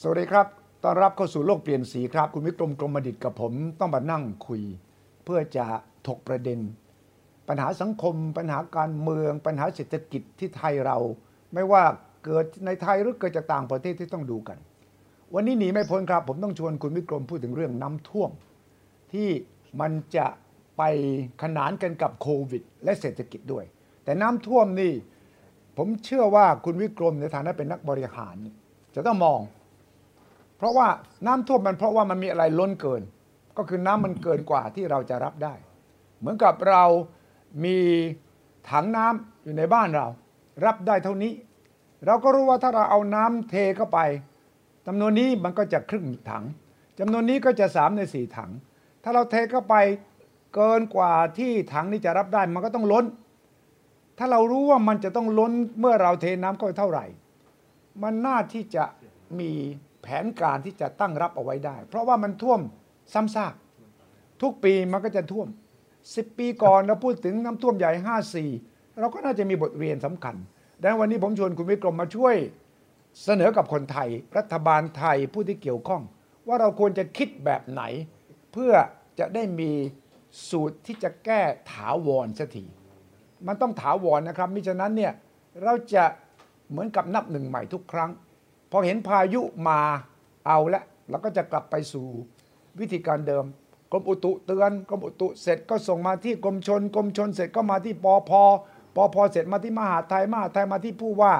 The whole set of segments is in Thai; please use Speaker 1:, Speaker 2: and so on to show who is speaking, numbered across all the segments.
Speaker 1: สวัสดีครับ ต้อนรับเข้าสู่โลกเปลี่ยนสีครับ คุณวิกรมกรมดิตกับผม ต้องมานั่งคุย เพื่อจะถกประเด็น ปัญหาสังคม ปัญหาการเมือง ปัญหาเศรษฐกิจที่ไทยเรา ไม่ว่าเกิดในไทยหรือเกิดจากต่างประเทศที่ต้องดูกัน วันนี้หนีไม่พ้นครับ ผมต้องชวนคุณวิกรมพูดถึงเรื่องน้ำท่วม ที่มันจะไปขนานกันกับโควิด และเศรษฐกิจด้วย แต่น้ำท่วมนี่ ผมเชื่อว่าคุณวิกรมในฐานะเป็นนักบริหารเนี่ยจะต้องมอง เพราะว่าน้ำท่วมมันเพราะว่ามันมีอะไรล้นเกิน ก็คือน้ำมันเกินกว่าที่เราจะรับได้ เหมือนกับเรามีถังน้ำอยู่ในบ้านเรา รับได้เท่านี้ เราก็รู้ว่าถ้าเราเอาน้ำเทเข้าไปจำนวนนี้มันก็จะครึ่งถังจำนวนนี้ก็จะสามในสี่ถัง ถ้าเราเทเข้าไปเกินกว่าที่ถังนี้จะรับได้มันก็ต้องล้น ถ้าเรารู้ว่ามันจะต้องล้นเมื่อเราเทน้ำเข้าไปเท่าไหร่ มันน่าที่จะมีแผนการที่จะตั้งรับเอาไว้ได้ เพราะว่ามันท่วมซ้ำซากทุกปีมันก็จะท่วม 10 ปีก่อนเราพูดถึงน้ำท่วมใหญ่ 54 เราก็น่าจะมีบทเรียนสำคัญ ดังนั้นวันนี้ผมชวนคุณวิกรมมาช่วยเสนอกับคนไทย รัฐบาลไทยผู้ที่เกี่ยวข้อง ว่าเราควรจะคิดแบบไหน เพื่อจะได้มีสูตรที่จะแก้ถาวรสักที มันต้องถาวรนะครับ มิฉะนั้นเนี่ยเราจะเหมือนกับนับหนึ่งใหม่ทุกครั้ง พอเห็นพายุมาเอาละเราก็จะกลับไปสู่วิธีการเดิม กรมอุตุเตือน กรมอุตุเสร็จก็ส่งมาที่กรมชน กรมชนเสร็จก็มาที่ปอพอปอพอเสร็จมาที่มหาดไทยมหาดไทยมาที่ผู้ว่า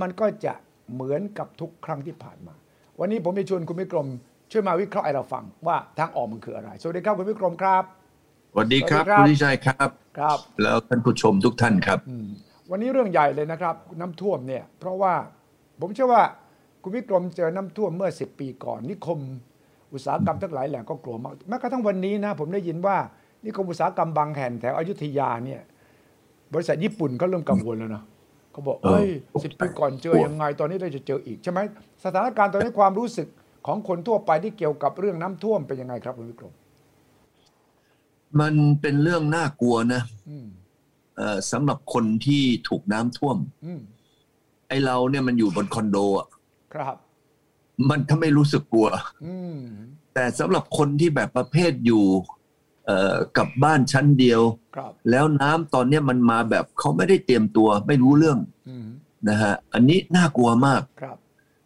Speaker 1: มันก็จะเหมือนกับทุกครั้งที่ผ่านมา วันนี้ผมจะชวนคุณวิกรม ช่วยมาวิเคราะห์ให้เราฟังว่าทางออกมันคืออะไร สวัสดีครับคุณวิกรมครับ
Speaker 2: สวัสดีครับ
Speaker 1: สวัสดีครับ
Speaker 2: คุณทิชัยครับ
Speaker 1: ครับ
Speaker 2: แล้วท่านผู้ชมทุกท่านครับ
Speaker 1: วันนี้เรื่องใหญ่เลยนะครับ น้ำท่วมเนี่ย เพราะว่าผมเชื่อว่าคุณวิกรมเจอน้ำท่วมเมื่อ 10 ปีก่อน นิคม อุตสาหกรรมทั้งหลายแหล่ก็กลัวมากแม้กระทั่งวันนี้นะ ผมได้ยินว่า นิคมอุตสาหกรรมบางแห่งแถวอยุธยาเนี่ย บริษัทญี่ปุ่นก็เริ่มกังวลแล้วนะเขาบอกเอ้ย
Speaker 2: เออ
Speaker 1: สิบปีก่อนเจอยังไงตอนนี้เราจะเจออีกใช่ไหมสถานการณ์ตอนนี้ความรู้สึกของคนทั่วไปที่เกี่ยวกับเรื่องน้ำท่วมเป็นยังไงครับคุณวิกรม
Speaker 2: มันเป็นเรื่องน่ากลัวนะ
Speaker 1: อืม
Speaker 2: เอ่อสำหรับคนที่ถูกน้ำท่วม
Speaker 1: อืม
Speaker 2: ไอเราเนี่ยมันอยู่บนคอนโดอะ
Speaker 1: ครับ
Speaker 2: มันถ้าไม่รู้สึกกลัว
Speaker 1: อืม
Speaker 2: แต่สำหรับคนที่แบบประเภทอยู่เอ่อกับบ้านชั้นเดียว
Speaker 1: ครับ
Speaker 2: แล้วน้ำตอนเนี้ยมันมาแบบเขาไม่ได้เตรียมตัว ไม่รู้เรื่อง
Speaker 1: อืม
Speaker 2: นะฮะอันนี้น่ากลัวมาก
Speaker 1: ครับ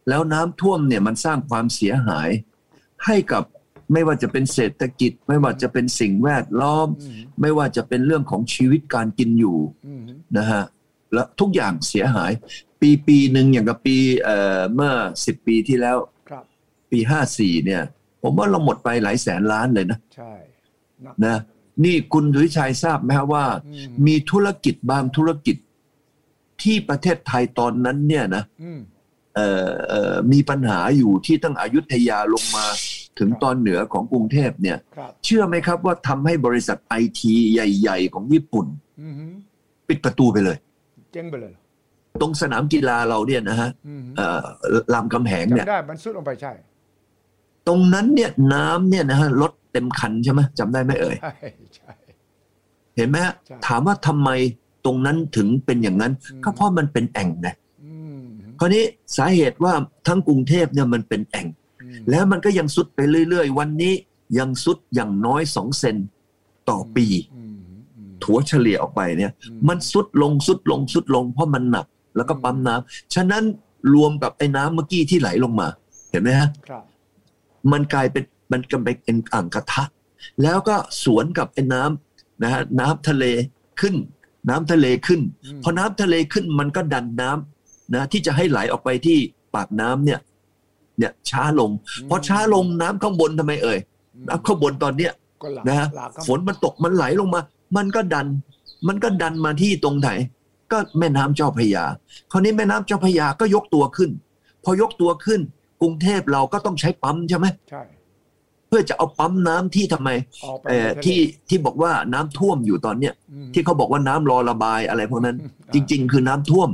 Speaker 2: แล้วน้ำท่วมเนี่ยมันสร้างความเสียหาย ให้กับไม่ว่าจะเป็นเศรษฐกิจ ไม่ว่าจะเป็นสิ่งแวดล้อม
Speaker 1: อืม
Speaker 2: ไม่ว่าจะเป็นเรื่องของชีวิตการกินอยู่
Speaker 1: อืม
Speaker 2: นะฮะและทุกอย่างเสียหาย ปีปีหนึ่งอย่างกับปีเอ่อเมื่อสิบปีที่แล้ว
Speaker 1: ครับ
Speaker 2: ปีห้าสี่เนี่ย ผมว่าเราหมดไปหลายแสนล้านเลยนะ
Speaker 1: ใช่หนัก
Speaker 2: นะนี่คุณดุวิชัยทราบไหมฮะว่า
Speaker 1: อืม
Speaker 2: มีธุรกิจบางธุรกิจ ที่ประเทศไทยตอนนั้นเนี่ยนะ
Speaker 1: อืม
Speaker 2: เอ่อเอ่อมีปัญหาอยู่ที่ตั้งอายุทยาลงมาถึง
Speaker 1: ครับ
Speaker 2: ตอนเหนือของกรุงเทพเนี่ย
Speaker 1: ครับ
Speaker 2: เชื่อไหมครับว่าทำให้บริษัทไอทีใหญ่ ๆ ของญี่ปุ่น
Speaker 1: อืมฮึ
Speaker 2: ปิดประตูไปเลย
Speaker 1: เจ๊งไปเลยเหรอ
Speaker 2: ตรงสนามกีฬาเราเนี่ยนะฮะ
Speaker 1: อืมฮึ
Speaker 2: เอ่อรามคำแหงเนี่ย
Speaker 1: จำได้มันสุดลงไปใช่
Speaker 2: ตรงนั้นเนี่ยน้ำเนี่ยนะฮะรถเต็มคันใช่ไหมจำได้ไหมเอ่ย
Speaker 1: ใช่ใช่
Speaker 2: เห็นไหมฮะ
Speaker 1: ใช่
Speaker 2: ถามว่าทำไมตรงนั้นถึงเป็นอย่างนั้น
Speaker 1: อืม
Speaker 2: ก็เพราะมันเป็นแอ่งไง
Speaker 1: อืมฮึ
Speaker 2: คราวนี้สาเหตุว่าทั้งกรุงเทพเนี่ยมันเป็นแอ่ง
Speaker 1: อืม
Speaker 2: แล้วมันก็ยังสุดไปเรื่อย ๆ วันนี้ยังสุดอย่างน้อยสองเซนต่อปี
Speaker 1: อืมฮึอืม
Speaker 2: ถัวเฉลี่ยออกไปเนี่ย
Speaker 1: อื
Speaker 2: มันสุดลงสุดลงสุดลง เพราะมันหนัก แล้วก็ปั๊มน้ำฉะนั้นรวมกับไอ้น้ำเมื่อกี้ที่ไหลลงมา เห็นไหมฮะ
Speaker 1: ครับ
Speaker 2: มันกลายเป็นมันกลายเป็นอ่างกระทะ แล้วก็สวนกับไอ้น้ำนะฮะน้ำทะเลขึ้น น้ำทะเลขึ้น
Speaker 1: ม
Speaker 2: พอน้ำทะเลขึ้นมันก็ดันน้ำนะที่จะให้ไหลออกไปที่ปากน้ำเนี่ยเนี่ยช้าลงพอช้าลงน้ำข้างบนทำไมเอ่ย
Speaker 1: อืม
Speaker 2: น้ำข้างบนตอนเนี้ย
Speaker 1: ก็หลับ
Speaker 2: นะฮะ
Speaker 1: หลับก็
Speaker 2: ฝนมันตกมันไหลลงมา มันก็ดัน มันก็ดันมาที่ตรงไหน ก็แม่น้ำเจ้าพระยา คราวนี้แม่น้ำเจ้าพระยาก็ยกตัวขึ้น พอยกตัวขึ้น กรุงเทพเราก็ต้องใช้ปั๊มใช่ไหม
Speaker 1: ใช่
Speaker 2: เพื่อจะเอาปั๊มน้ำที่ทำไม
Speaker 1: ออกไป
Speaker 2: เอ่อ
Speaker 1: ในทะเล
Speaker 2: ที่ที่บอกว่าน้ำท่วมอยู่ตอนเนี้ย
Speaker 1: อืม
Speaker 2: ที่เขาบอกว่าน้ำรอระบายอะไรพวกนั้น
Speaker 1: อ่า
Speaker 2: จริง ๆ คือน้ำท่วม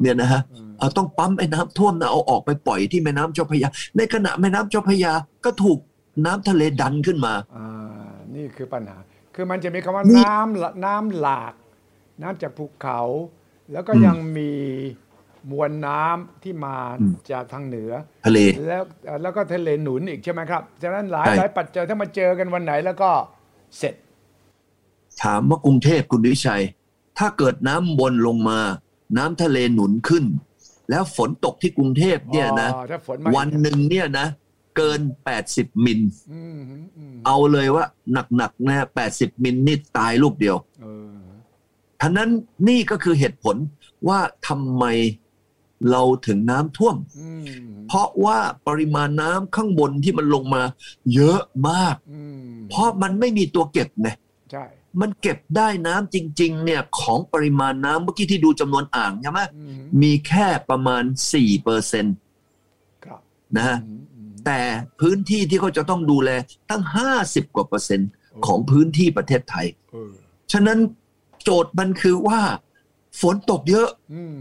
Speaker 2: เนี่ยนะฮะ
Speaker 1: อืม
Speaker 2: เอาต้องปั๊มไอ้น้ำท่วมนะเอาออกไปปล่อยที่แม่น้ำเจ้าพระยา ในขณะแม่น้ำเจ้าพระยาก็ถูกน้ำทะเลดันขึ้นมา
Speaker 1: อ่านี่คือปัญหา คือมันจะมีคำว่า
Speaker 2: นี่
Speaker 1: น้ำละน้ำหลาก น้ำจากภูเขา แล้วก็ยังมี มวลน้ำที่มา
Speaker 2: อืม
Speaker 1: จากทางเหนือ
Speaker 2: ทะเล
Speaker 1: แล้วเอ่อแล้วก็ทะเลหนุนอีกใช่ไหมครับฉะนั้นหลาย
Speaker 2: ใช่
Speaker 1: หลายปัจจัยถ้ามาเจอกันวันไหนแล้วก็เสร็จ
Speaker 2: ถามว่ากรุงเทพคุณวิชัย ถ้าเกิดน้ำวนลงมา น้ำทะเลหนุนขึ้น แล้วฝนตกที่กรุงเทพเนี่ยนะ
Speaker 1: อ๋อถ้าฝนมา
Speaker 2: วันหนึ่งเนี่ยนะ เกิน 80 มิล
Speaker 1: อืมอืมอืม
Speaker 2: เอาเลยว่าหนักๆนะ80 มิลนี่ตายลูกเดียว
Speaker 1: เออ
Speaker 2: ทั้นั้นนี่ก็คือเหตุผลว่าทำไมเราถึงน้ำท่วม
Speaker 1: อืม
Speaker 2: เพราะว่าปริมาณน้ำข้างบนที่มันลงมา เยอะมาก
Speaker 1: อืม
Speaker 2: เพราะมันไม่มีตัวเก็บไง
Speaker 1: ใช่
Speaker 2: มันเก็บได้น้ำจริง ๆ เนี่ย ของปริมาณน้ำเมื่อกี้ที่ดูจำนวนอ่างใช่ไหม
Speaker 1: อืม
Speaker 2: มีแค่ประมาณ 4%เปอร์เซ็นต์
Speaker 1: ครับ
Speaker 2: นะฮะ
Speaker 1: อืมอืม
Speaker 2: แต่พื้นที่ที่เขาจะต้องดูแลตั้ง 50 กว่าเปอร์เซ็นต์ของพื้นที่ประเทศไทย
Speaker 1: เออ
Speaker 2: ฉะนั้นโจทย์มันคือว่า ฝนตกเยอะ
Speaker 1: อืม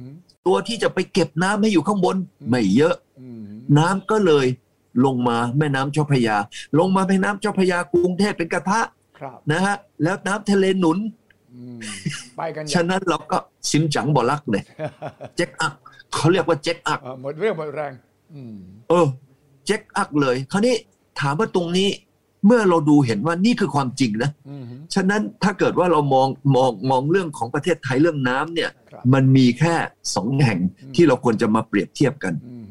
Speaker 2: ตัวที่จะไปเก็บน้ำให้อยู่ข้างบน ไม่เยอะ
Speaker 1: อืม
Speaker 2: น้ำก็เลยลงมาแม่น้ำเจ้าพระยา ลงมาแม่น้ำเจ้าพระยากรุงเทพเป็นกระทะ
Speaker 1: ครับ
Speaker 2: นะฮะแล้วน้ำทะเลหนุน
Speaker 1: อืมไปกันอย่า
Speaker 2: ฉะ
Speaker 1: ง
Speaker 2: นั้นเราก็ซิมจังบอลัก เลยเจ๊กอักเขาเรียกว่าเจ๊กอัก
Speaker 1: เออหมดเรื่องหมดแรงอืม
Speaker 2: เออเจ๊กอักเลย คราวนี้ถามว่าตรงนี้เมื่อเราดูเห็นว่านี่คือความจริงนะ
Speaker 1: อืม
Speaker 2: ฉะนั้นถ้าเกิดว่าเรามองมองมองเรื่องของประเทศไทยเรื่องน้ำเนี่ย
Speaker 1: ครับ
Speaker 2: มันมีแค่สองแห่ง
Speaker 1: อืม
Speaker 2: ที่เราควรจะมาเปรียบเทียบกัน
Speaker 1: อืม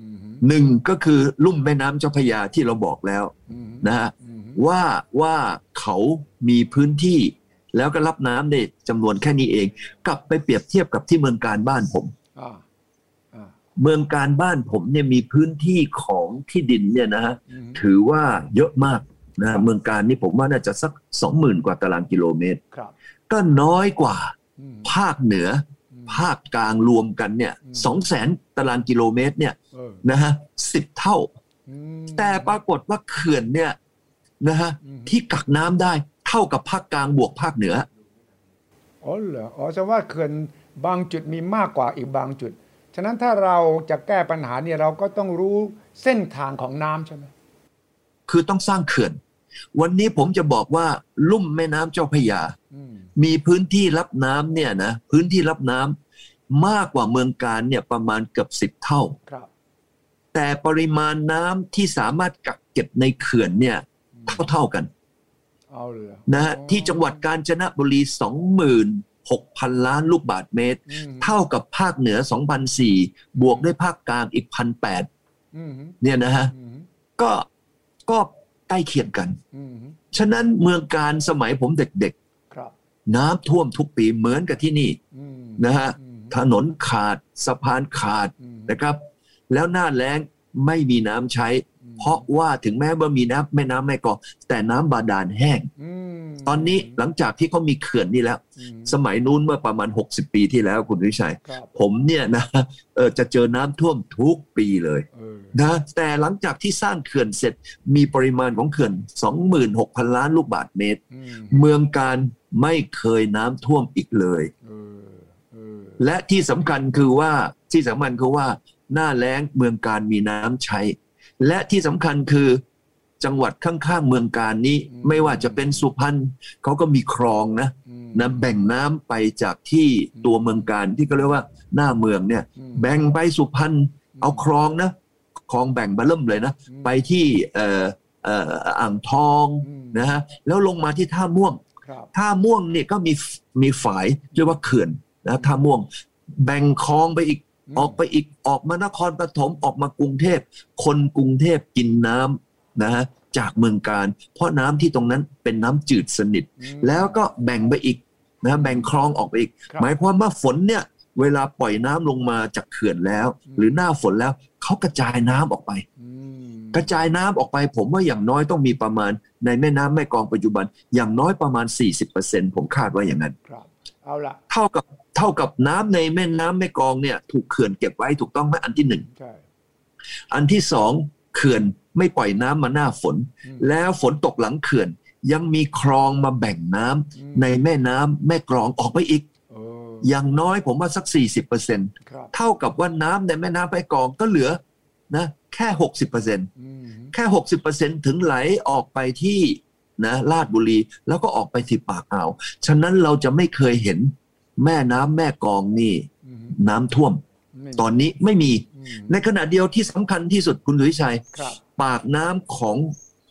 Speaker 1: อืม
Speaker 2: หนึ่งก็คือลุ่มแม่น้ำเจ้าพระยาที่เราบอกแล้ว
Speaker 1: อืม
Speaker 2: นะฮะ
Speaker 1: อืม
Speaker 2: ว่าว่าเขามีพื้นที่ แล้วก็รับน้ำได้จำนวนแค่นี้เอง กลับไปเปรียบเทียบกับที่เมืองการบ้านผม
Speaker 1: อ่าอ่า
Speaker 2: เมืองการบ้านผมเนี่ยมีพื้นที่ของที่ดินเนี่ยนะฮะ
Speaker 1: อืม
Speaker 2: ถือว่าเยอะมากนะฮะเมืองการนี่ผมว่าน่าจะสักสองหมื่นกว่าตารางกิโลเมตร
Speaker 1: ครับ
Speaker 2: ก็น้อยกว่า
Speaker 1: อืม
Speaker 2: ภาคเหนือ
Speaker 1: อืม
Speaker 2: ภาคกลางรวมกันเนี่ย
Speaker 1: อืม
Speaker 2: สองแสนตารางกิโลเมตรเนี่ย
Speaker 1: เออ
Speaker 2: นะฮะสิบเท่า
Speaker 1: อืม
Speaker 2: แต่ปรากฏว่าเขื่อนเนี่ยนะฮะ
Speaker 1: อืม
Speaker 2: ที่กักน้ำได้เท่ากับภาคกลางบวกภาคเหนือ
Speaker 1: อ๋อเหรอ อ๋อแสดงว่าเขื่อนบางจุดมีมากกว่าอีกบางจุด ฉะนั้นถ้าเราจะแก้ปัญหาเนี่ยเราก็ต้องรู้เส้นทางของน้ำใช่ไหม
Speaker 2: คือต้องสร้างเขื่อน วันนี้ผมจะบอกว่าลุ่มแม่น้ำเจ้าพระยา
Speaker 1: อืม
Speaker 2: มีพื้นที่รับน้ำเนี่ยนะพื้นที่รับน้ำมากกว่าเมืองการเนี่ยประมาณเกือบสิบเท่า
Speaker 1: ครับ
Speaker 2: แต่ปริมาณน้ำที่สามารถกักเก็บในเขื่อนเนี่ยเท่าเท่าๆกัน
Speaker 1: เอาเหรอ
Speaker 2: นะฮะ
Speaker 1: อ๋อ
Speaker 2: ที่จังหวัดกาญจนบุรี 26,000 ล้านลูกบาทเมตร
Speaker 1: อืม
Speaker 2: เท่ากับภาคเหนือ2,004บวกด้วยภาคกลางอีก1,800
Speaker 1: อืม
Speaker 2: เนี่ยนะฮะ
Speaker 1: อืม
Speaker 2: ก็ก็ใกล้เคียงกัน
Speaker 1: อืม
Speaker 2: ฉะนั้นเมืองการสมัยผมเด็ก
Speaker 1: ครับ
Speaker 2: ๆ น้ำท่วมทุกปีเหมือนกับที่นี่
Speaker 1: อืม
Speaker 2: นะฮะ
Speaker 1: อืม
Speaker 2: ถนนขาดสะพานขาด
Speaker 1: อืม
Speaker 2: นะครับ แล้วหน้าแล้งไม่มีน้ำใช้ เพราะว่าถึงแม้ว่ามีน้ำแม่น้ำแม่กองแต่น้ำบาดาลแห้ง
Speaker 1: อืม
Speaker 2: ตอนนี้หลังจากที่เขามีเขื่อนนี่แล้ว
Speaker 1: อืม
Speaker 2: สมัยนู้นเมื่อประมาณ 60 ปีที่แล้วคุณวิชัย
Speaker 1: ครับ
Speaker 2: ผมเนี่ยนะเออจะเจอน้ำท่วมทุกปีเลย
Speaker 1: เออ
Speaker 2: นะแต่หลังจากที่สร้างเขื่อนเสร็จมีปริมาณของเขื่อน 26,000 ล้านลูกบาทเมตร
Speaker 1: อืม
Speaker 2: เมืองการไม่เคยน้ำท่วมอีกเลย
Speaker 1: เออเออ
Speaker 2: และที่สำคัญคือว่าที่สำคัญคือว่าหน้าแล้งเมืองการมีน้ำใช้ และที่สำคัญคือจังหวัดข้างๆเมืองการนี้ไม่ว่าจะเป็นสุพรรณเขาก็มีคลองนะ
Speaker 1: อืม
Speaker 2: นะแบ่งน้ำไปจากที่ตัวเมืองการที่เขาเรียกว่าหน้าเมืองเนี่ย
Speaker 1: อืม
Speaker 2: แบ่งไปสุพรรณเอาคลองนะคลองแบ่งมาเริ่มเลยนะ
Speaker 1: อืม
Speaker 2: ไปที่เอ่อเอ่ออ่างทอง
Speaker 1: อืม
Speaker 2: นะฮะแล้วลงมาที่ท่าม่วง
Speaker 1: ครับ
Speaker 2: ท่าม่วงเนี่ยก็มีมีฝายเรียกว่าเขื่อนนะท่าม่วง แบ่งคลองไปอีก
Speaker 1: อืม
Speaker 2: ออกไปอีกออกมานครปฐมออกมากรุงเทพ คนกรุงเทพกินน้ำนะฮะจากเมืองการ เพราะน้ำที่ตรงนั้นเป็นน้ำจืดสนิท
Speaker 1: อืม
Speaker 2: แล้วก็แบ่งไปอีกนะแบ่งคลองออกไปอีก
Speaker 1: ครับ
Speaker 2: หมายความว่าฝนเนี่ยเวลาปล่อยน้ำลงมาจากเขื่อนแล้ว
Speaker 1: อืม
Speaker 2: หรือหน้าฝนแล้วเขากระจายน้ำออกไป
Speaker 1: อืม
Speaker 2: กระจายน้ำออกไป ผมว่าอย่างน้อยต้องมีประมาณในแม่น้ำแม่กลองปัจจุบัน อย่างน้อยประมาณ 40%ผมคาดว่าอย่างนั้น
Speaker 1: ครับ เอาละ
Speaker 2: เท่ากับเท่ากับน้ำในแม่น้ำแม่กลองเนี่ยถูกเขื่อนเก็บไว้ถูกต้องไหมอันที่หนึ่ง
Speaker 1: ใช่
Speaker 2: อันที่สองเขื่อนไม่ปล่อยน้ำมาหน้าฝน
Speaker 1: อืม
Speaker 2: แล้วฝนตกหลังเขื่อน ยังมีคลองมาแบ่งน้ำ
Speaker 1: อืม
Speaker 2: ในแม่น้ำแม่กลองออกไปอีก
Speaker 1: เออ
Speaker 2: อย่างน้อยผมว่าสัก 40%
Speaker 1: ครับ
Speaker 2: เท่ากับว่าน้ำในแม่น้ำแม่กลองก็เหลือนะแค่ 60%
Speaker 1: อืม
Speaker 2: แค่ 60%ถึงไหลออกไปที่นะลาดบุรี แล้วก็ออกไปที่ปากอ่าว ฉะนั้นเราจะไม่เคยเห็นแม่น้ำแม่กลองนี่
Speaker 1: อืม
Speaker 2: น้ำท่วม
Speaker 1: อืม ไม่มี
Speaker 2: ตอนนี้ไม่มี
Speaker 1: อืม
Speaker 2: ในขณะเดียวที่สำคัญที่สุดคุณสุวิชัย
Speaker 1: ครับ
Speaker 2: ปากน้ำของ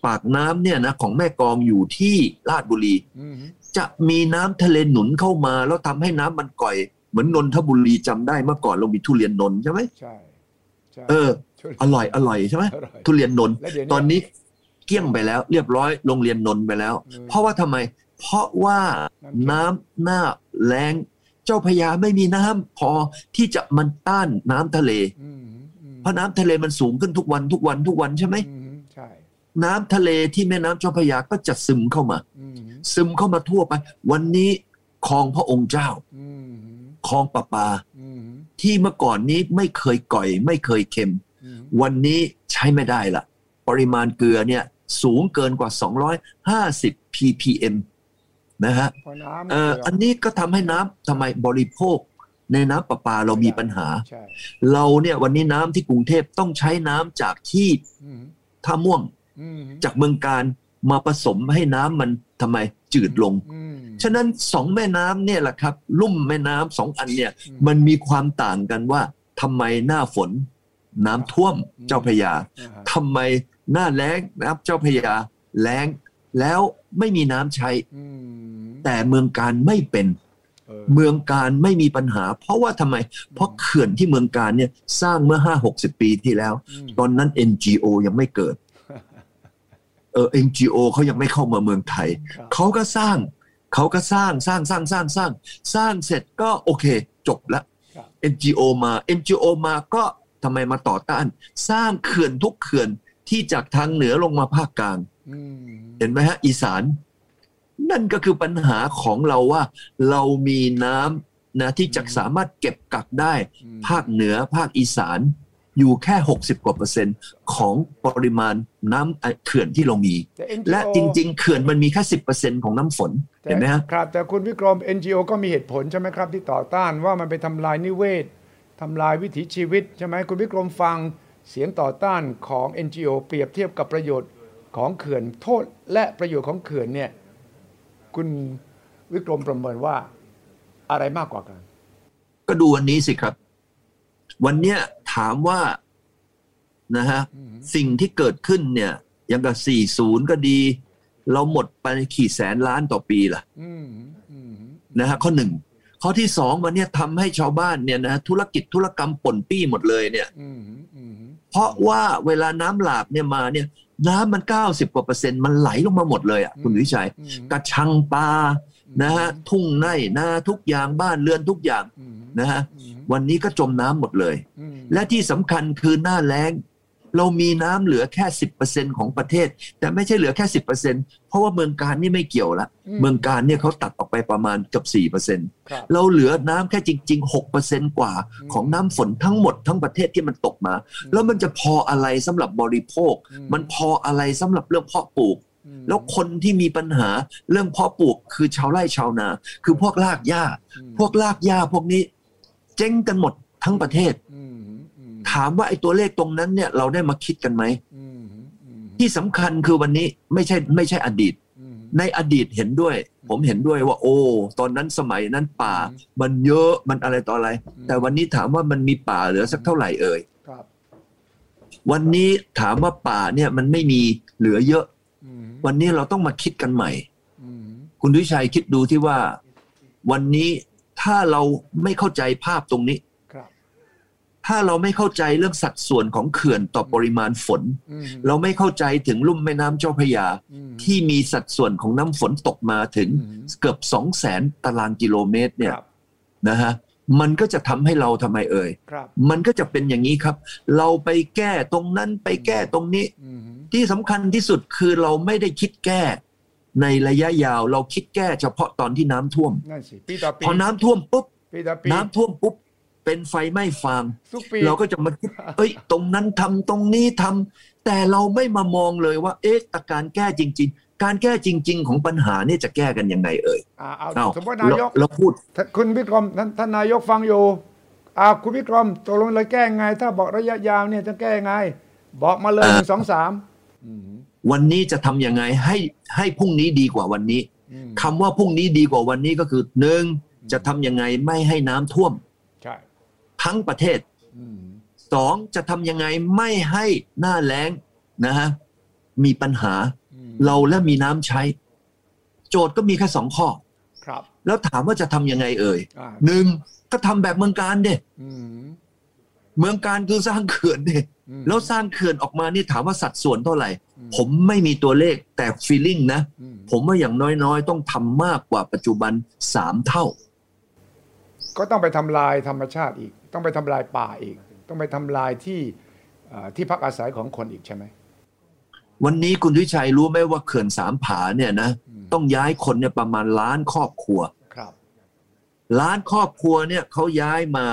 Speaker 2: ปากน้ำเนี่ยนะของแม่กลองอยู่ที่ราชบุรี
Speaker 1: อืม
Speaker 2: จะมีน้ำทะเลหนุนเข้ามา แล้วทำให้น้ำมันก่อย เหมือนนนทบุรีจำได้เมื่อก่อนเรามีทุเรียนนนท์ใช่ไหม
Speaker 1: ใช่ใช่
Speaker 2: เออ
Speaker 1: ช่วย
Speaker 2: อร่อยอร่อยใช่ไหม
Speaker 1: อร่อย
Speaker 2: ทุเรียนนนท์
Speaker 1: แล้วเดี๋ยว
Speaker 2: ตอนนี้เกลี้ยงไปแล้ว เรียบร้อยโรงเรียนนนท์ไปแล้ว
Speaker 1: อืม
Speaker 2: เพราะว่าทำไม เพราะว่าน้ำหน้าแรงเจ้าพระยาไม่มีน้ำพอที่จะมันต้านน้ำทะเล
Speaker 1: อืมอืม
Speaker 2: เพราะน้ำทะเลมันสูงขึ้นทุกวันทุกวันทุกวันใช่ไหม
Speaker 1: อืมใช่
Speaker 2: น้ำทะเลที่แม่น้ำเจ้าพระยาก็จะซึมเข้ามา
Speaker 1: อืม
Speaker 2: ซึมเข้ามาทั่วไป วันนี้คลองพระองค์เจ้า
Speaker 1: อืม
Speaker 2: คลองประปา
Speaker 1: อืม
Speaker 2: ที่เมื่อก่อนนี้ไม่เคยก่อย ไม่เคยเค็ม
Speaker 1: อืม
Speaker 2: วันนี้ใช้ไม่ได้ละปริมาณเกลือเนี่ยสูงเกินกว่า 250 ppm นะฮะ
Speaker 1: เพราะน้ำ
Speaker 2: เอ่ออันนี้ก็ทำให้น้ำทำไมบริโภค ในน้ำประปาเรามีปัญหา
Speaker 1: ใช่
Speaker 2: เราเนี่ยวันนี้น้ำที่กรุงเทพต้องใช้น้ำจากที่
Speaker 1: อืม
Speaker 2: ท่าม่วง
Speaker 1: อืม
Speaker 2: จากเมืองการมาผสมให้น้ำมันทำไมจืดลง
Speaker 1: อืม
Speaker 2: ฉะนั้นสองแม่น้ำเนี่ยแหละครับ ลุ่มแม่น้ำสองอันเนี่ย
Speaker 1: อืม
Speaker 2: มันมีความต่างกันว่าทำไมหน้าฝน น้ำท่วม
Speaker 1: อืม
Speaker 2: เจ้าพระยา
Speaker 1: อ่าฮะ
Speaker 2: ทำไมหน้าแล้งน้ำเจ้าพระยาแล้ง แล้วไม่มีน้ำใช้
Speaker 1: อืม
Speaker 2: แต่เมืองการไม่เป็น
Speaker 1: เออ
Speaker 2: เมืองการไม่มีปัญหา เพราะว่าทำไม เพราะเขื่อนที่เมืองการเนี่ยสร้างเมื่อ 5 60 ปีที่แล้ว
Speaker 1: ม
Speaker 2: ตอนนั้น NGO ยังไม่เกิด เออ NGO เขายังไม่เข้ามาเมืองไทย
Speaker 1: ครับ
Speaker 2: เขาก็สร้าง เขาก็สร้าง สร้าง สร้าง สร้าง สร้าง สร้างเสร็จก็โอเค จบละ
Speaker 1: ครับ
Speaker 2: NGO มา NGO มาก็ทำไมมาต่อต้าน สร้างเขื่อนทุกเขื่อนที่จากทางเหนือลงมาภาคกลาง
Speaker 1: อืม
Speaker 2: เห็นไหมฮะ อีสาน นั่นก็คือปัญหาของเราว่า เรามีน้ำนะที่จะสามารถเก็บกักได้
Speaker 1: อืม
Speaker 2: ภาคเหนือภาคอีสานอยู่แค่ 60 กว่าเปอร์เซ็นต์ของปริมาณน้ำเอ่อเขื่อนที่เรามี
Speaker 1: แต่ NGO
Speaker 2: และจริงๆเขื่อนมันมีแค่ 10%ของน้ำฝน
Speaker 1: แต่
Speaker 2: เห็นไหมฮะ
Speaker 1: ครับ แต่คุณวิกรม NGO ก็มีเหตุผลใช่ไหมครับ ที่ต่อต้านว่ามันไปทำลายนิเวศทำลายวิถีชีวิตใช่ไหมคุณวิกรมฟังเสียงต่อต้านของ NGO เปรียบเทียบกับประโยชน์ของเขื่อนโทษและประโยชน์ของเขื่อนเนี่ย คุณวิกรมประเมินว่าอะไรมากกว่ากัน
Speaker 2: ก็ดูวันนี้สิครับ วันเนี้ยถามว่านะฮะ
Speaker 1: อืม
Speaker 2: สิ่งที่เกิดขึ้นเนี่ยอยังกับ 40 ก็ดี เราหมดไปขี่แสนล้านต่อปีล่ะ
Speaker 1: อืมอืม
Speaker 2: นะฮะข้อหนึ่งข้อที่สองวันเนี้ยทำให้ชาวบ้านเนี่ยนะฮะธุรกิจธุรกรรมป่นปี้หมดเลยเนี่ย
Speaker 1: อืมอืม
Speaker 2: เพราะว่าเวลาน้ำหลากเนี่ยมาเนี่ยน้ำมัน 90กว่าเปอร์เซ็นต์มันไหลลงมาหมดเลยอ่ะคุณวิชัย
Speaker 1: อืม
Speaker 2: กระชังปลานะฮะทุ่งไร่นาทุกอย่างบ้านเรือนทุกอย่าง
Speaker 1: อืม
Speaker 2: นะฮะ
Speaker 1: อืม
Speaker 2: วันนี้ก็จมน้ำหมดเลย
Speaker 1: อืม
Speaker 2: และที่สำคัญคือหน้าแล้ง เรามีน้ำเหลือแค่ 10%ของประเทศ แต่ไม่ใช่เหลือแค่ 10%เพราะว่าเมืองการนี่ไม่เกี่ยวละ
Speaker 1: อืม
Speaker 2: เมืองการเนี่ยเขาตัดออกไปประมาณเกือบ4%
Speaker 1: ครับ
Speaker 2: เราเหลือน้ำแค่จริง ๆ 6%กว่า
Speaker 1: อืม
Speaker 2: ของน้ำฝนทั้งหมดทั้งประเทศที่มันตกมา แล้วมันจะพออะไรสำหรับบริโภค
Speaker 1: อื
Speaker 2: มันพออะไรสำหรับเรื่องเพาะปลูก
Speaker 1: อืม
Speaker 2: แล้วคนที่มีปัญหาเรื่องเพาะปลูกคือชาวไร่ชาวนา คือพวกรากหญ้า พวกรากหญ้าพวกนี้ เจ๊งกันหมดทั้งประเทศ
Speaker 1: อืมอืม
Speaker 2: ถามว่าไอ้ตัวเลขตรงนั้นเนี่ยเราได้มาคิดกันไหม
Speaker 1: อืมอืม
Speaker 2: ที่สำคัญคือวันนี้ไม่ใช่ไม่ใช่อดีต
Speaker 1: อืม
Speaker 2: ในอดีตเห็นด้วย ผมเห็นด้วยว่า โอ้ ตอนนั้นสมัยนั้นป่า
Speaker 1: อืม
Speaker 2: มันเยอะมันอะไรต่ออะไร
Speaker 1: อืม
Speaker 2: แต่วันนี้ถามว่ามันมีป่าเหลือสักเท่าไหร่เอ่ย
Speaker 1: ครับ
Speaker 2: วันนี้ถามว่าป่าเนี่ยมันไม่มีเหลือเยอะ
Speaker 1: อืม
Speaker 2: วันนี้เราต้องมาคิดกันใหม่
Speaker 1: อืม
Speaker 2: คุณวิชัยคิดดูที่ว่า วันนี้ถ้าเราไม่เข้าใจภาพตรงนี้
Speaker 1: ครับ
Speaker 2: ถ้าเราไม่เข้าใจเรื่องสัดส่วนของเขื่อนต่อปริมาณฝน
Speaker 1: อืม
Speaker 2: เราไม่เข้าใจถึงลุ่มแม่น้ำเจ้าพระยา
Speaker 1: อืม
Speaker 2: ที่มีสัดส่วนของน้ำฝนตกมาถึง
Speaker 1: อืม
Speaker 2: เกือบ2 0 0แสนตารางกิโลเมตรเนี่
Speaker 1: ค
Speaker 2: ย
Speaker 1: รับ
Speaker 2: นะฮะมันก็จะทำให้เราทำไมเอ่ย
Speaker 1: ครับ
Speaker 2: มันก็จะเป็นอย่างนี้ครับ เราไปแก้ตรงนั้นไปแก้ตรงนี้
Speaker 1: อืม
Speaker 2: ที่สำคัญที่สุดคือเราไม่ได้คิดแก้ ในระยะยาวเราคิดแก้เฉพาะตอนที่น้ำท่วม
Speaker 1: นั่นสิปีต่อปี
Speaker 2: พอน้ำท่วมปุ๊บ
Speaker 1: ปีต่อปี
Speaker 2: น้ำท่วมปุ๊บ เป็นไฟไหม้ฟาง
Speaker 1: ทุกปี
Speaker 2: เราก็จะมาคิดเอ้ย ตรงนั้นทำตรงนี้ทำแต่เราไม่มามองเลยว่า เอ๊ะแต่การแก้จริง ๆ การแก้จริง ๆ ของปัญหาเนี่ยจะแก้กันยังไงเอ่ย
Speaker 1: อ่าเอา
Speaker 2: เอ้า
Speaker 1: สมมตินายก
Speaker 2: เราพูด
Speaker 1: ท่านคุณวิกรมท่านท่านนายกฟังอยู่อ่าคุณวิกรมตกลงเลยแก้ไง ถ้าบอกระยะยาวเนี่ยจะแก้ไง บอกมาเลยห
Speaker 2: อ่า
Speaker 1: นึ่งสองสามอืม
Speaker 2: วันนี้จะทำยังไงให้ให้พรุ่งนี้ดีกว่าวันนี้
Speaker 1: อืม
Speaker 2: คำว่าพรุ่งนี้ดีกว่าวันนี้ก็คือหนึ่งจะทำยังไงไม่ให้น้ำท่วม
Speaker 1: ใช่
Speaker 2: ทั้งประเทศ
Speaker 1: อืม
Speaker 2: สองจะทำยังไงไม่ให้หน้าแล้งนะฮะมีปัญหา
Speaker 1: อืม
Speaker 2: เราและมีน้ำใช้ โจทย์ก็มีแค่สองข้อ
Speaker 1: ครับ
Speaker 2: แล้วถามว่าจะทำยังไงเอ่ย
Speaker 1: อ่า
Speaker 2: หนึ่งก็ทำแบบเมืองการเด้
Speaker 1: อืม
Speaker 2: เมืองการคือสร้างเขื่อนเด้
Speaker 1: อืม
Speaker 2: แล้วสร้างเขื่อนออกมานี่ถามว่าสัดส่วนเท่าไหร่
Speaker 1: อื
Speaker 2: ผมไม่มีตัวเลขแต่ฟีลลิ่งนะ
Speaker 1: อืม
Speaker 2: ผมว่าอย่างน้อยๆ ต้องทำมากกว่าปัจจุบันสามเท่า
Speaker 1: ก็ต้องไปทำลายธรรมชาติอีก ต้องไปทำลายป่าอีก ต้องไปทำลายที่เอ่อที่พักอาศัยของคนอีกใช่ไหม
Speaker 2: วันนี้คุณวิชัยรู้ไหมว่าเขื่อนสามผาเนี่ยนะ
Speaker 1: ม
Speaker 2: ต้องย้ายคนเนี่ยประมาณล้านครอบครัว
Speaker 1: ครับ
Speaker 2: ล้านครอบครัวเนี่ยเขาย้ายมา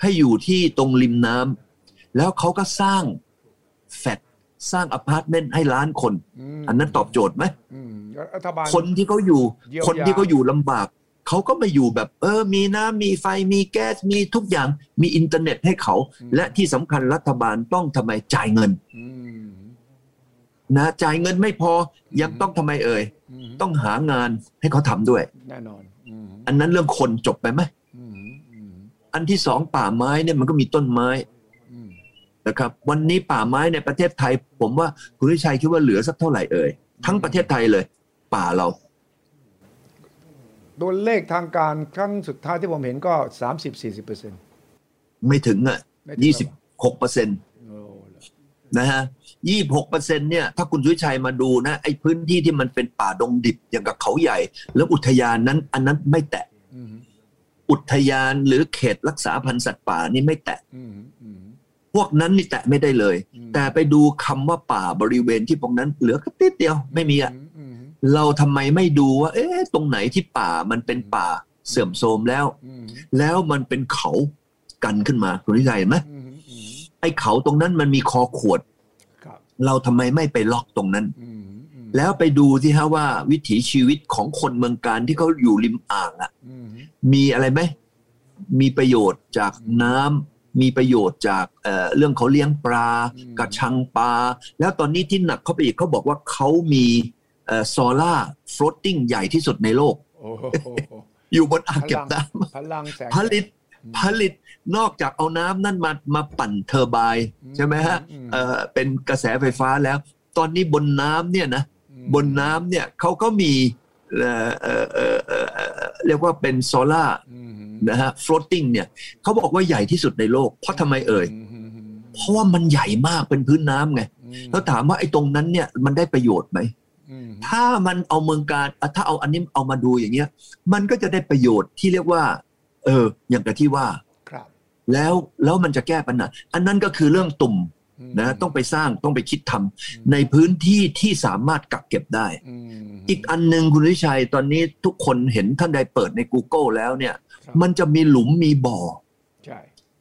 Speaker 2: ให้อยู่ที่ตรงริมน้ำแล้วเขาก็สร้างแฟลตสร้างอพาร์ตเมนต์ให้ล้านคน
Speaker 1: ม
Speaker 2: อันนั้นตอบโจทย์ไหม
Speaker 1: อืมรัฐบาล
Speaker 2: คนที่เขาอยู่
Speaker 1: เยียวยา
Speaker 2: คนที่เขาอยู่ลำบากเขาก็มาอยู่แบบ เออ มีน้ำมีไฟมีแก๊สมีทุกอย่างมีอินเทอร์เน็ตให้เขา และที่สำคัญรัฐบาลต้องทำไมจ่ายเงิน
Speaker 1: อืม
Speaker 2: นะจ่ายเงินไม่พอยังต้องทำไมเอ่ย
Speaker 1: ม
Speaker 2: ต้องหางานให้เขาทำด้วย
Speaker 1: แน่นอนอืม
Speaker 2: อันนั้นเรื่องคนจบไปไหม
Speaker 1: อืมอืม
Speaker 2: อันที่สองป่าไม้เนี่ยมันก็มีต้นไม้
Speaker 1: อืม
Speaker 2: นะครับ วันนี้ป่าไม้ในประเทศไทย ผมว่าคุณวิชัยคิดว่าเหลือสักเท่าไหร่เอ่ยทั้งประเทศไทยเลย ป่าเรา
Speaker 1: ตัวเลขทางการครั้งสุดท้ายที่ผมเห็นก็สามสิบสี่สิบเปอร์เซ็นต์
Speaker 2: ไม่ถึงอ่ะ
Speaker 1: ไม่ถึงหรอ
Speaker 2: ยี่สิบหกเปอร์เซ็นต์
Speaker 1: โอ้เหรอ
Speaker 2: นะฮะยี่หกเปอร์เซ็นต์เนี่ยถ้าคุณวิชัยมาดูนะไอ้พื้นที่ที่มันเป็นป่าดงดิบอย่างกับเขาใหญ่ แล้วอุทยานนั้น อันนั้นไม่แตะ
Speaker 1: อืม
Speaker 2: อุทยานหรือเขตรักษาพันธุ์สัตว์ป่านี่ไม่แตะ
Speaker 1: อืมอืม
Speaker 2: พวกนั้นนี่แตะไม่ได้เลย
Speaker 1: อืม
Speaker 2: แต่ไปดูคำว่าป่าบริเวณที่พวกนั้นเหลือแค่นิดเดียวไม่มีอ่ะ
Speaker 1: มอืม
Speaker 2: เราทำไมไม่ดูว่า เอ๊ะตรงไหนที่ป่ามันเป็นป่าเสื่อมโทรมแล้ว
Speaker 1: อืม
Speaker 2: แล้วมันเป็นเขากันขึ้นมาคุณวิจัยเห็นไหม
Speaker 1: อืมอืม
Speaker 2: ไอ้เขาตรงนั้นมันมีคอขวด
Speaker 1: ครับ
Speaker 2: เราทำไมไม่ไปล็อกตรงนั้น
Speaker 1: อืมอืม
Speaker 2: แล้วไปดูที่ฮะว่าวิถีชีวิตของคนเมืองการที่เขาอยู่ริมอ่างอ่ะ
Speaker 1: อืม
Speaker 2: มีอะไรไหม มีประโยชน์จากน้ำ มีประโยชน์จากเอ่อเรื่องเขาเลี้ยงปลา กระชังปลา แล้วตอนนี้ที่หนักเข้าไปอีกเขาบอกว่าเขามีโซล่าฟลอตติ้งใหญ่ที่สุดในโลก
Speaker 1: โอ้โห
Speaker 2: อยู่บนอ่างเก็บน้
Speaker 1: พลังแสง
Speaker 2: ำผลิตผลิตนอกจากเอาน้ำนั่นมามาปั่นเทอร์ไบน์ใช่ไหมฮะ
Speaker 1: อื
Speaker 2: เอ่อเป็นกระแสไฟฟ้าแล้ว ตอนนี้บนน้ำเนี่ยนะ
Speaker 1: อืม
Speaker 2: บนน้ำเนี่ยเขาก็มีเอ่อเอ่อเอ่อเอ่อเอ่อเรียกว่าเป็นโซล่า
Speaker 1: อืม
Speaker 2: นะฮะ floating เนี่ยเขาบอกว่าใหญ่ที่สุดในโลก เพราะทำไมเอ่ย
Speaker 1: มอืมอืม
Speaker 2: เพราะว่ามันใหญ่มากเป็นพื้นน้ำไง แล้วถามว่าไอ้ตรงนั้นเนี่ยมันได้ประโยชน์ไหม
Speaker 1: อืม
Speaker 2: ถ้ามันเอาเมืองการอ่ะถ้าเอาอันนี้เอามาดูอย่างเงี้ย มันก็จะได้ประโยชน์ที่เรียกว่า เออ อย่างกับที่ว่า
Speaker 1: ครับ
Speaker 2: แล้วแล้วมันจะแก้ปัญหา อันนั้นก็คือเรื่องตุ่ม
Speaker 1: อืม
Speaker 2: นะ ต้องไปสร้างต้องไปคิดทำในพื้นที่ที่สามารถกักเก็บได้
Speaker 1: อืม
Speaker 2: อีกอันหนึ่งคุณวิชัยตอนนี้ทุกคนเห็นท่านใดเปิดใน Google แล้วเนี่ย
Speaker 1: ครับ
Speaker 2: มันจะมีหลุมมีบ่อ
Speaker 1: ใช่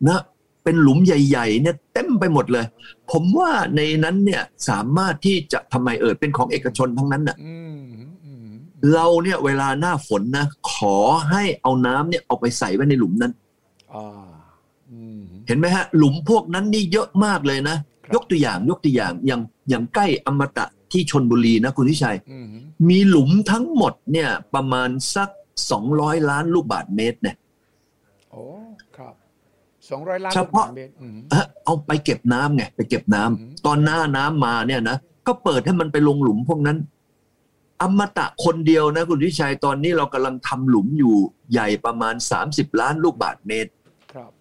Speaker 2: นะเป็นหลุมใหญ่ๆเนี่ยเต็มไปหมดเลย ผมว่าในนั้นเนี่ยสามารถที่จะทำไมเอ่ยเป็นของเอกชนทั้งนั้นน่ะ
Speaker 1: อืมอืม
Speaker 2: เราเนี่ยเวลาหน้าฝนนะขอให้เอาน้ำเนี่ยเอาไปใส่ไว้ในหลุมนั้น
Speaker 1: อ่าอืม
Speaker 2: เห็นไหมฮะหลุมพวกนั้นนี่เยอะมากเลยนะ
Speaker 1: ครับ
Speaker 2: ยกตัวอย่างยกตัวอย่างอย่างอย่างใกล้อมตะที่ชนบุรีนะคุณทิชัย
Speaker 1: อืม
Speaker 2: มีหลุมทั้งหมดเนี่ยประมาณสัก 200 ล้านลูกบาทเมตรเนี่ย
Speaker 1: โอ้ครับสองร้อยล้าน
Speaker 2: เฉพาะ
Speaker 1: ลูกบทมตรอืม
Speaker 2: เอ้อเอาไปเก็บน้ำไงไปเก็บน้ำ
Speaker 1: อืม
Speaker 2: ตอนหน้าน้ำมาเนี่ยนะก็เปิดให้มันไปลงหลุมพวกนั้น อมตะคนเดียวนะคุณวิชัยตอนนี้เรากำลังทำหลุมอยู่ใหญ่ประมาณ 30 ล้านลูกบาทเมตร
Speaker 1: ครับ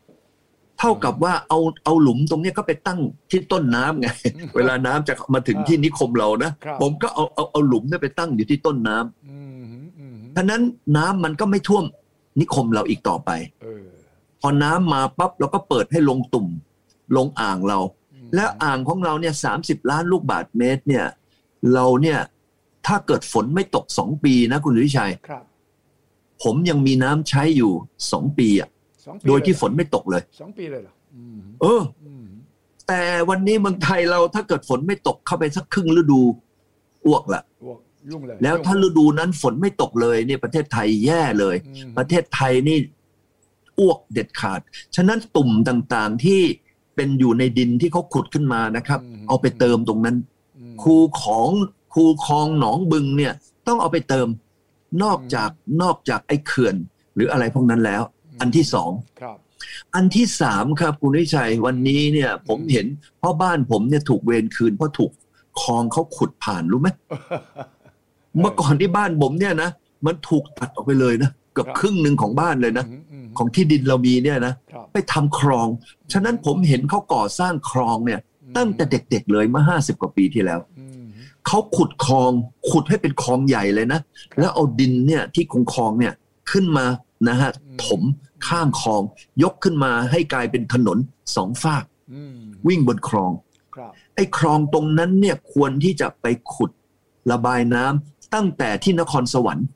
Speaker 2: เท่ากับว่าเอาเอาหลุมตรงเนี้ยก็ไปตั้งที่ต้นน้ำไง
Speaker 1: อืม
Speaker 2: เวลาน้ำจะมาถึงที่นิคมเรานะครับ ผมก็เอาเอาเอาหลุมเนี่ยไปตั้งอยู่ที่ต้นน้ำ
Speaker 1: อืมอืม
Speaker 2: ฉะนั้นน้ำมันก็ไม่ท่วมนิคมเราอีกต่อไป
Speaker 1: เออ
Speaker 2: พอน้ำมาปั๊บเราก็เปิดให้ลงตุ่มลงอ่างเรา
Speaker 1: อืม
Speaker 2: และอ่างของเราเนี่ยสาล้านลูกบาทเมตรเนี่ยเราเนี่ยถ้าเกิดฝนไม่ตกสองปีนะคุณวิชัย
Speaker 1: ครับ
Speaker 2: ผมยังมีน้ำใช้อยู่สองปีอ่ะ
Speaker 1: สองปี
Speaker 2: โดย
Speaker 1: เล
Speaker 2: ที่
Speaker 1: เหรอ
Speaker 2: ฝนไม่ตกเลย
Speaker 1: สองปีเลยเหรออืม
Speaker 2: เออ
Speaker 1: อืม
Speaker 2: แต่วันนี้เมืองไทยเราถ้าเกิดฝนไม่ตกเข้าไปสักครึ่งฤดูอ้วกละ
Speaker 1: อ้วกยุ่งเลย
Speaker 2: แล้วถ้า
Speaker 1: ยุ่ง
Speaker 2: ฤดูนั้นฝนไม่ตกเลยเนี่ยประเทศไทยแย่เลย
Speaker 1: อืม
Speaker 2: ประเทศไทยนี่อ้วกเด็ดขาด ฉะนั้นตุ่มต่างๆที่เป็นอยู่ในดินที่เขาขุดขึ้นมานะครับ เอาไปเติมตรงนั้น
Speaker 1: อืม
Speaker 2: คูของคูคลองหนองบึงเนี่ยต้องเอาไปเติม นอกจากนอกจากไอ้เขื่อน หรืออะไรพวกนั้นแล้ว
Speaker 1: อืม
Speaker 2: อันที่สอง
Speaker 1: ครับ
Speaker 2: อันที่สามครับคุณวิชัยวันนี้เนี่ยผมเห็นเพราะบ้านผมเนี่ยถูกเวรคืนเพราะถูกคลองเขาขุดผ่านรู้ไหมเมื่อก่อนที่บ้านผมเนี่ยนะมันถูกตัดออกไปเลยนะเกือบ
Speaker 1: ครับ
Speaker 2: ครึ่งหนึ่งของบ้านเลยนะ
Speaker 1: อืมอืม
Speaker 2: ของที่ดินเรามีเนี่ยนะ
Speaker 1: ครับ
Speaker 2: ไปทำคลอง ฉะนั้นผมเห็นเขาก่อสร้างคลองเนี่ย ตั้งแต่เด็กๆเลยเมื่อห้าสิบกว่าปีที่แล้ว
Speaker 1: อืม
Speaker 2: เขาขุดคลองขุดให้เป็นคลองใหญ่เลยนะ แล้วเอาดินเนี่ยที่คงคลองเนี่ยขึ้นมานะฮะ
Speaker 1: อืม
Speaker 2: ถมข้ามคลอง ยกขึ้นมาให้กลายเป็นถนนสองฝาก
Speaker 1: อืม
Speaker 2: วิ่งบนคลอง
Speaker 1: ครับ
Speaker 2: ไอ้คลองตรงนั้นเนี่ยควรที่จะไปขุดระบายน้ำตั้งแต่ที่นครสวรรค์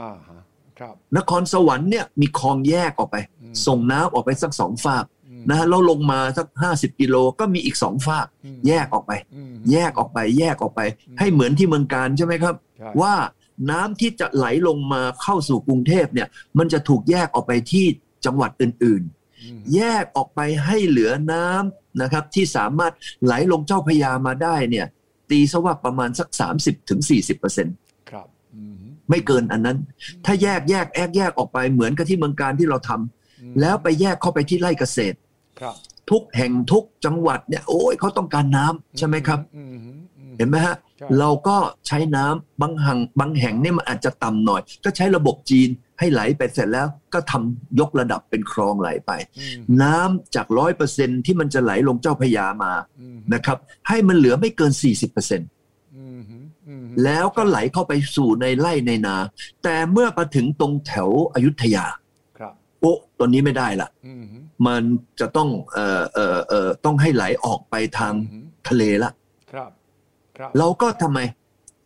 Speaker 1: อ่าฮะครับ
Speaker 2: นครสวรรค์เนี่ยมีคลองแยกออกไป
Speaker 1: อืม
Speaker 2: ส่งน้ำออกไปสักสองฝาก
Speaker 1: อืม
Speaker 2: นะฮะแล้วลงมาสักห้าสิบกิโลก็มีอีกสองฝาก
Speaker 1: อืม
Speaker 2: แยกออกไป
Speaker 1: อืม
Speaker 2: แยกออกไป แยกออกไป
Speaker 1: อืม
Speaker 2: ให้เหมือนที่เมืองการใช่ไหมครับ
Speaker 1: ใช่
Speaker 2: ว่าน้ำที่จะไหลลงมาเข้าสู่กรุงเทพเนี่ย มันจะถูกแยกออกไปที่จังหวัดอื่น
Speaker 1: อืม
Speaker 2: ๆ แยกออกไปให้เหลือน้ำนะครับ ที่สามารถไหลลงเจ้าพระยามาได้เนี่ย ตีซะว่าประมาณสัก 30-40%
Speaker 1: ครับอืม
Speaker 2: ไม่เกินอันนั้น ถ้าแยกแยกแยกแยกออกไปเหมือนกับที่เมืองการที่เราทำ
Speaker 1: อืม
Speaker 2: แล้วไปแยกเข้าไปที่ไร่เกษตร
Speaker 1: ครับ
Speaker 2: ทุกแห่งทุกจังหวัดเนี่ยโอ้ยเขาต้องการน้ำใช่ไหมครับ
Speaker 1: อืมอืม
Speaker 2: เห็นไหมฮะ
Speaker 1: ใช่
Speaker 2: เราก็ใช้น้ำบางแห่งบางแห่งเนี่ยมันอาจจะต่ำหน่อย ก็ใช้ระบบจีนให้ไหลไปเสร็จแล้วก็ทำยกระดับเป็นคลองไหลไป
Speaker 1: อืม
Speaker 2: น้ำจากร้อยเปอร์เซ็นที่มันจะไหลลงเจ้าพระยามา
Speaker 1: อืม
Speaker 2: นะครับ ให้มันเหลือไม่เกิน 40%
Speaker 1: อืมอืม
Speaker 2: แล้วก็ไหลเข้าไปสู่ในไร่ในนา แต่เมื่อมาถึงตรงแถวอยุธยา
Speaker 1: ครับ
Speaker 2: โอ้ตอนนี้ไม่ได้ละ
Speaker 1: อืม
Speaker 2: มันจะต้องเอ่อเอ่อเอ่อต้องให้ไหลออกไปทาง
Speaker 1: อืม
Speaker 2: ทะเลละ
Speaker 1: ครับครับ
Speaker 2: เราก็ทำไม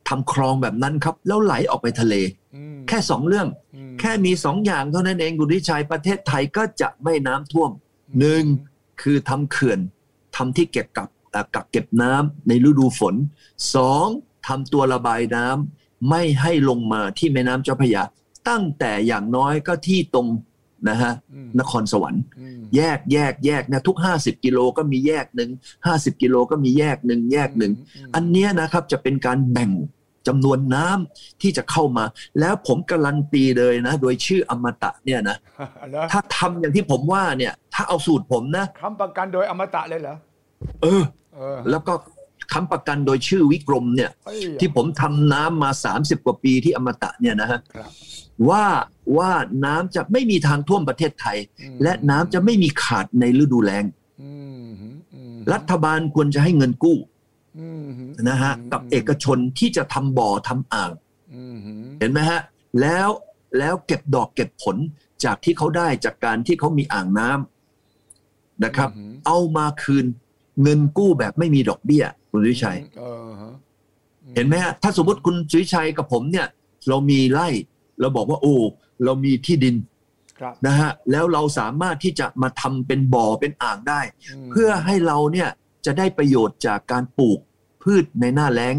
Speaker 2: ทำคลองแบบนั้นครับ แล้วไหลออกไปทะเล
Speaker 1: อืม
Speaker 2: แค่สองเรื่อง
Speaker 1: อืม
Speaker 2: แค่มีสองอย่างเท่านั้นเองคุณทิชัยประเทศไทยก็จะไม่น้ำท่วม หนึ่ง คือทำเขื่อนทำที่เก็บกับเอ่อกักเก็บน้ำในฤดูฝนสองทำตัวระบายน้ำไม่ให้ลงมาที่แม่น้ำเจ้าพระยา ตั้งแต่อย่างน้อยก็ที่ตรงนะฮะ
Speaker 1: อืม
Speaker 2: นครสวรรค์
Speaker 1: อืม
Speaker 2: แยกแยกแยกนะทุก 50 กิโลก็มีแยกหนึ่ง50 กิโลก็มีแยกหนึ่งแยกหนึ่ง อันเนี้ยนะครับจะเป็นการแบ่งจำนวนน้ำที่จะเข้ามา แล้วผมการันตีเลยนะ โดยชื่ออมตะเนี่ยนะ
Speaker 1: แล้ว
Speaker 2: ถ้าทำอย่างที่ผมว่าเนี่ย ถ้าเอาสูตรผมนะ
Speaker 1: คำประกันโดยอมตะเลยเหรอ
Speaker 2: เออ
Speaker 1: เออ
Speaker 2: แล้วก็ค้ำประกันโดยชื่อวิกรมเนี่ย
Speaker 1: เฮ้ย
Speaker 2: ที่ผมทำน้ำมา 30 กว่าปีที่อมตะเนี่ยนะฮะ
Speaker 1: ครับ
Speaker 2: ว่าว่าน้ำจะไม่มีทางท่วมประเทศไทย
Speaker 1: อืม
Speaker 2: และน้ำจะไม่มีขาดในฤดูแล้ง
Speaker 1: อืมอืม
Speaker 2: รัฐบาลควรจะให้เงินกู้
Speaker 1: อืม
Speaker 2: นะฮะกับเอกชนที่จะทำบ่อทำอ่าง
Speaker 1: อืม
Speaker 2: เห็นไหมฮะแล้วแล้วเก็บดอกเก็บผลจากที่เขาได้จากการที่เขามีอ่างน้ำนะครับ
Speaker 1: อืม
Speaker 2: เอามาคืนเงินกู้แบบไม่มีดอกเบี้ย คุณสุวิชัย
Speaker 1: เออฮะ
Speaker 2: เห็นไหมฮะถ้าสมมติคุณสุวิชัยกับผมเนี่ยเรามีไร่เราบอกว่าโอ้เรามีที่ดิน
Speaker 1: ครับ
Speaker 2: นะฮะแล้วเราสามารถที่จะมาทำเป็นบ่อเป็นอ่างได้
Speaker 1: ม
Speaker 2: เพื่อให้เราเนี่ยจะได้ประโยชน์จากการปลูกพืชในหน้าแล้ง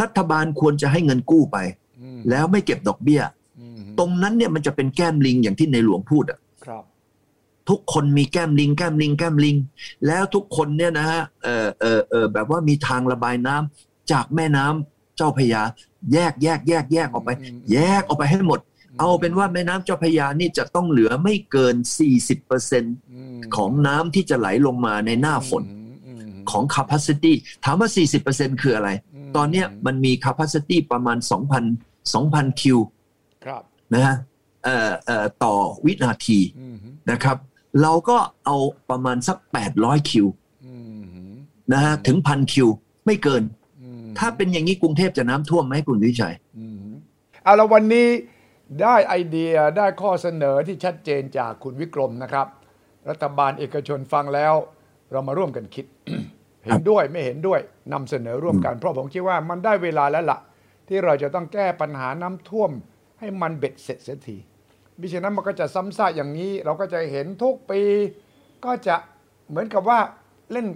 Speaker 2: รัฐบาลควรจะให้เงินกู้ไป
Speaker 1: อืม
Speaker 2: แล้วไม่เก็บดอกเบี้ย
Speaker 1: อืม
Speaker 2: ตรงนั้นเนี่ยมันจะเป็นแก้มลิงอย่างที่ในหลวงพูดอะ
Speaker 1: ครับ
Speaker 2: ทุกคนมีแก้มลิง แก้มลิง แก้มลิง แล้วทุกคนเนี่ยนะฮะเออเออเออแบบว่ามีทางระบายน้ำจากแม่น้ำเจ้าพระยา แยกแยกแยกแยกออกไป
Speaker 1: ม
Speaker 2: แยกออกไปให้หมด เอาเป็นว่าแม่น้ำเจ้าพระยานี่จะต้องเหลือไม่เกิน 40%
Speaker 1: ม
Speaker 2: ของน้ำที่จะไหลลงมาในหน้าฝน
Speaker 1: อืม
Speaker 2: ของ capacity ถามว่า 40%คืออะไร
Speaker 1: ม
Speaker 2: ตอนเนี้ยมันมี capacity ประมาณ 2,000 2,000 คิว
Speaker 1: ครับ
Speaker 2: นะฮะเอ่อเอ่อต่อวินาที
Speaker 1: อืม
Speaker 2: นะครับ เราก็เอาประมาณสัก 800 คิว
Speaker 1: อืม
Speaker 2: นะฮะถึงพันคิว ไม่เกิน
Speaker 1: อืม
Speaker 2: ถ้าเป็นอย่างนี้กรุงเทพจะน้ำท่วมไหมคุณวิชัย
Speaker 1: อืมเอาละวันนี้ได้ไอเดียได้ข้อเสนอที่ชัดเจนจากคุณวิกรมนะครับ รัฐบาลเอกชนฟังแล้ว เรามาร่วมกันคิด เห็นด้วยไม่เห็นด้วยนำเสนอร่วมกัน เพราะผมคิดว่ามันได้เวลาแล้วละ่ะ ที่เราจะต้องแก้ปัญหาน้ำท่วมให้มันเบ็ดเสร็จเสียทีมิฉะนั้นมันก็จะซ้ำซากอย่างนี้เราก็จะเห็นทุกปี ก็จะเหมือนกับว่าเล่น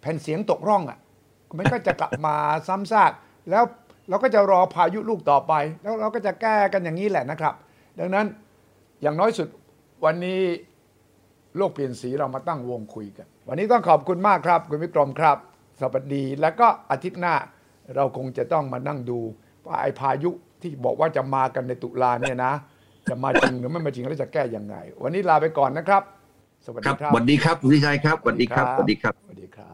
Speaker 1: แผ่นเสียงตกร่องอ่ะ มันก็จะกลับมาซ้ำซากแล้วเราก็จะรอพายุลูกต่อไป แล้วเราก็จะแก้กันอย่างนี้แหละนะครับ ดังนั้นอย่างน้อยสุดวันนี้โลกเปลี่ยนสีเรามาตั้งวงคุยกัน วันนี้ต้องขอบคุณมากครับ คุณวิกรมครับ สวัสดี แล้วก็อาทิตย์หน้าเราคงจะต้องมานั่งดูว่าไอ้พายุที่บอกว่าจะมากันในตุลาเนี่ยนะ จะมาจริงหรือไม่มาจริงแล้วจะแก้ยังไง วันนี้ลาไปก่อนนะครับ สวัส
Speaker 2: ค
Speaker 1: ดี
Speaker 2: รับ
Speaker 1: ครับ
Speaker 2: สวัสดีครับคุณวิชัยครับสวัสดีครับสวัสดีครับ
Speaker 1: สวัสดีครับ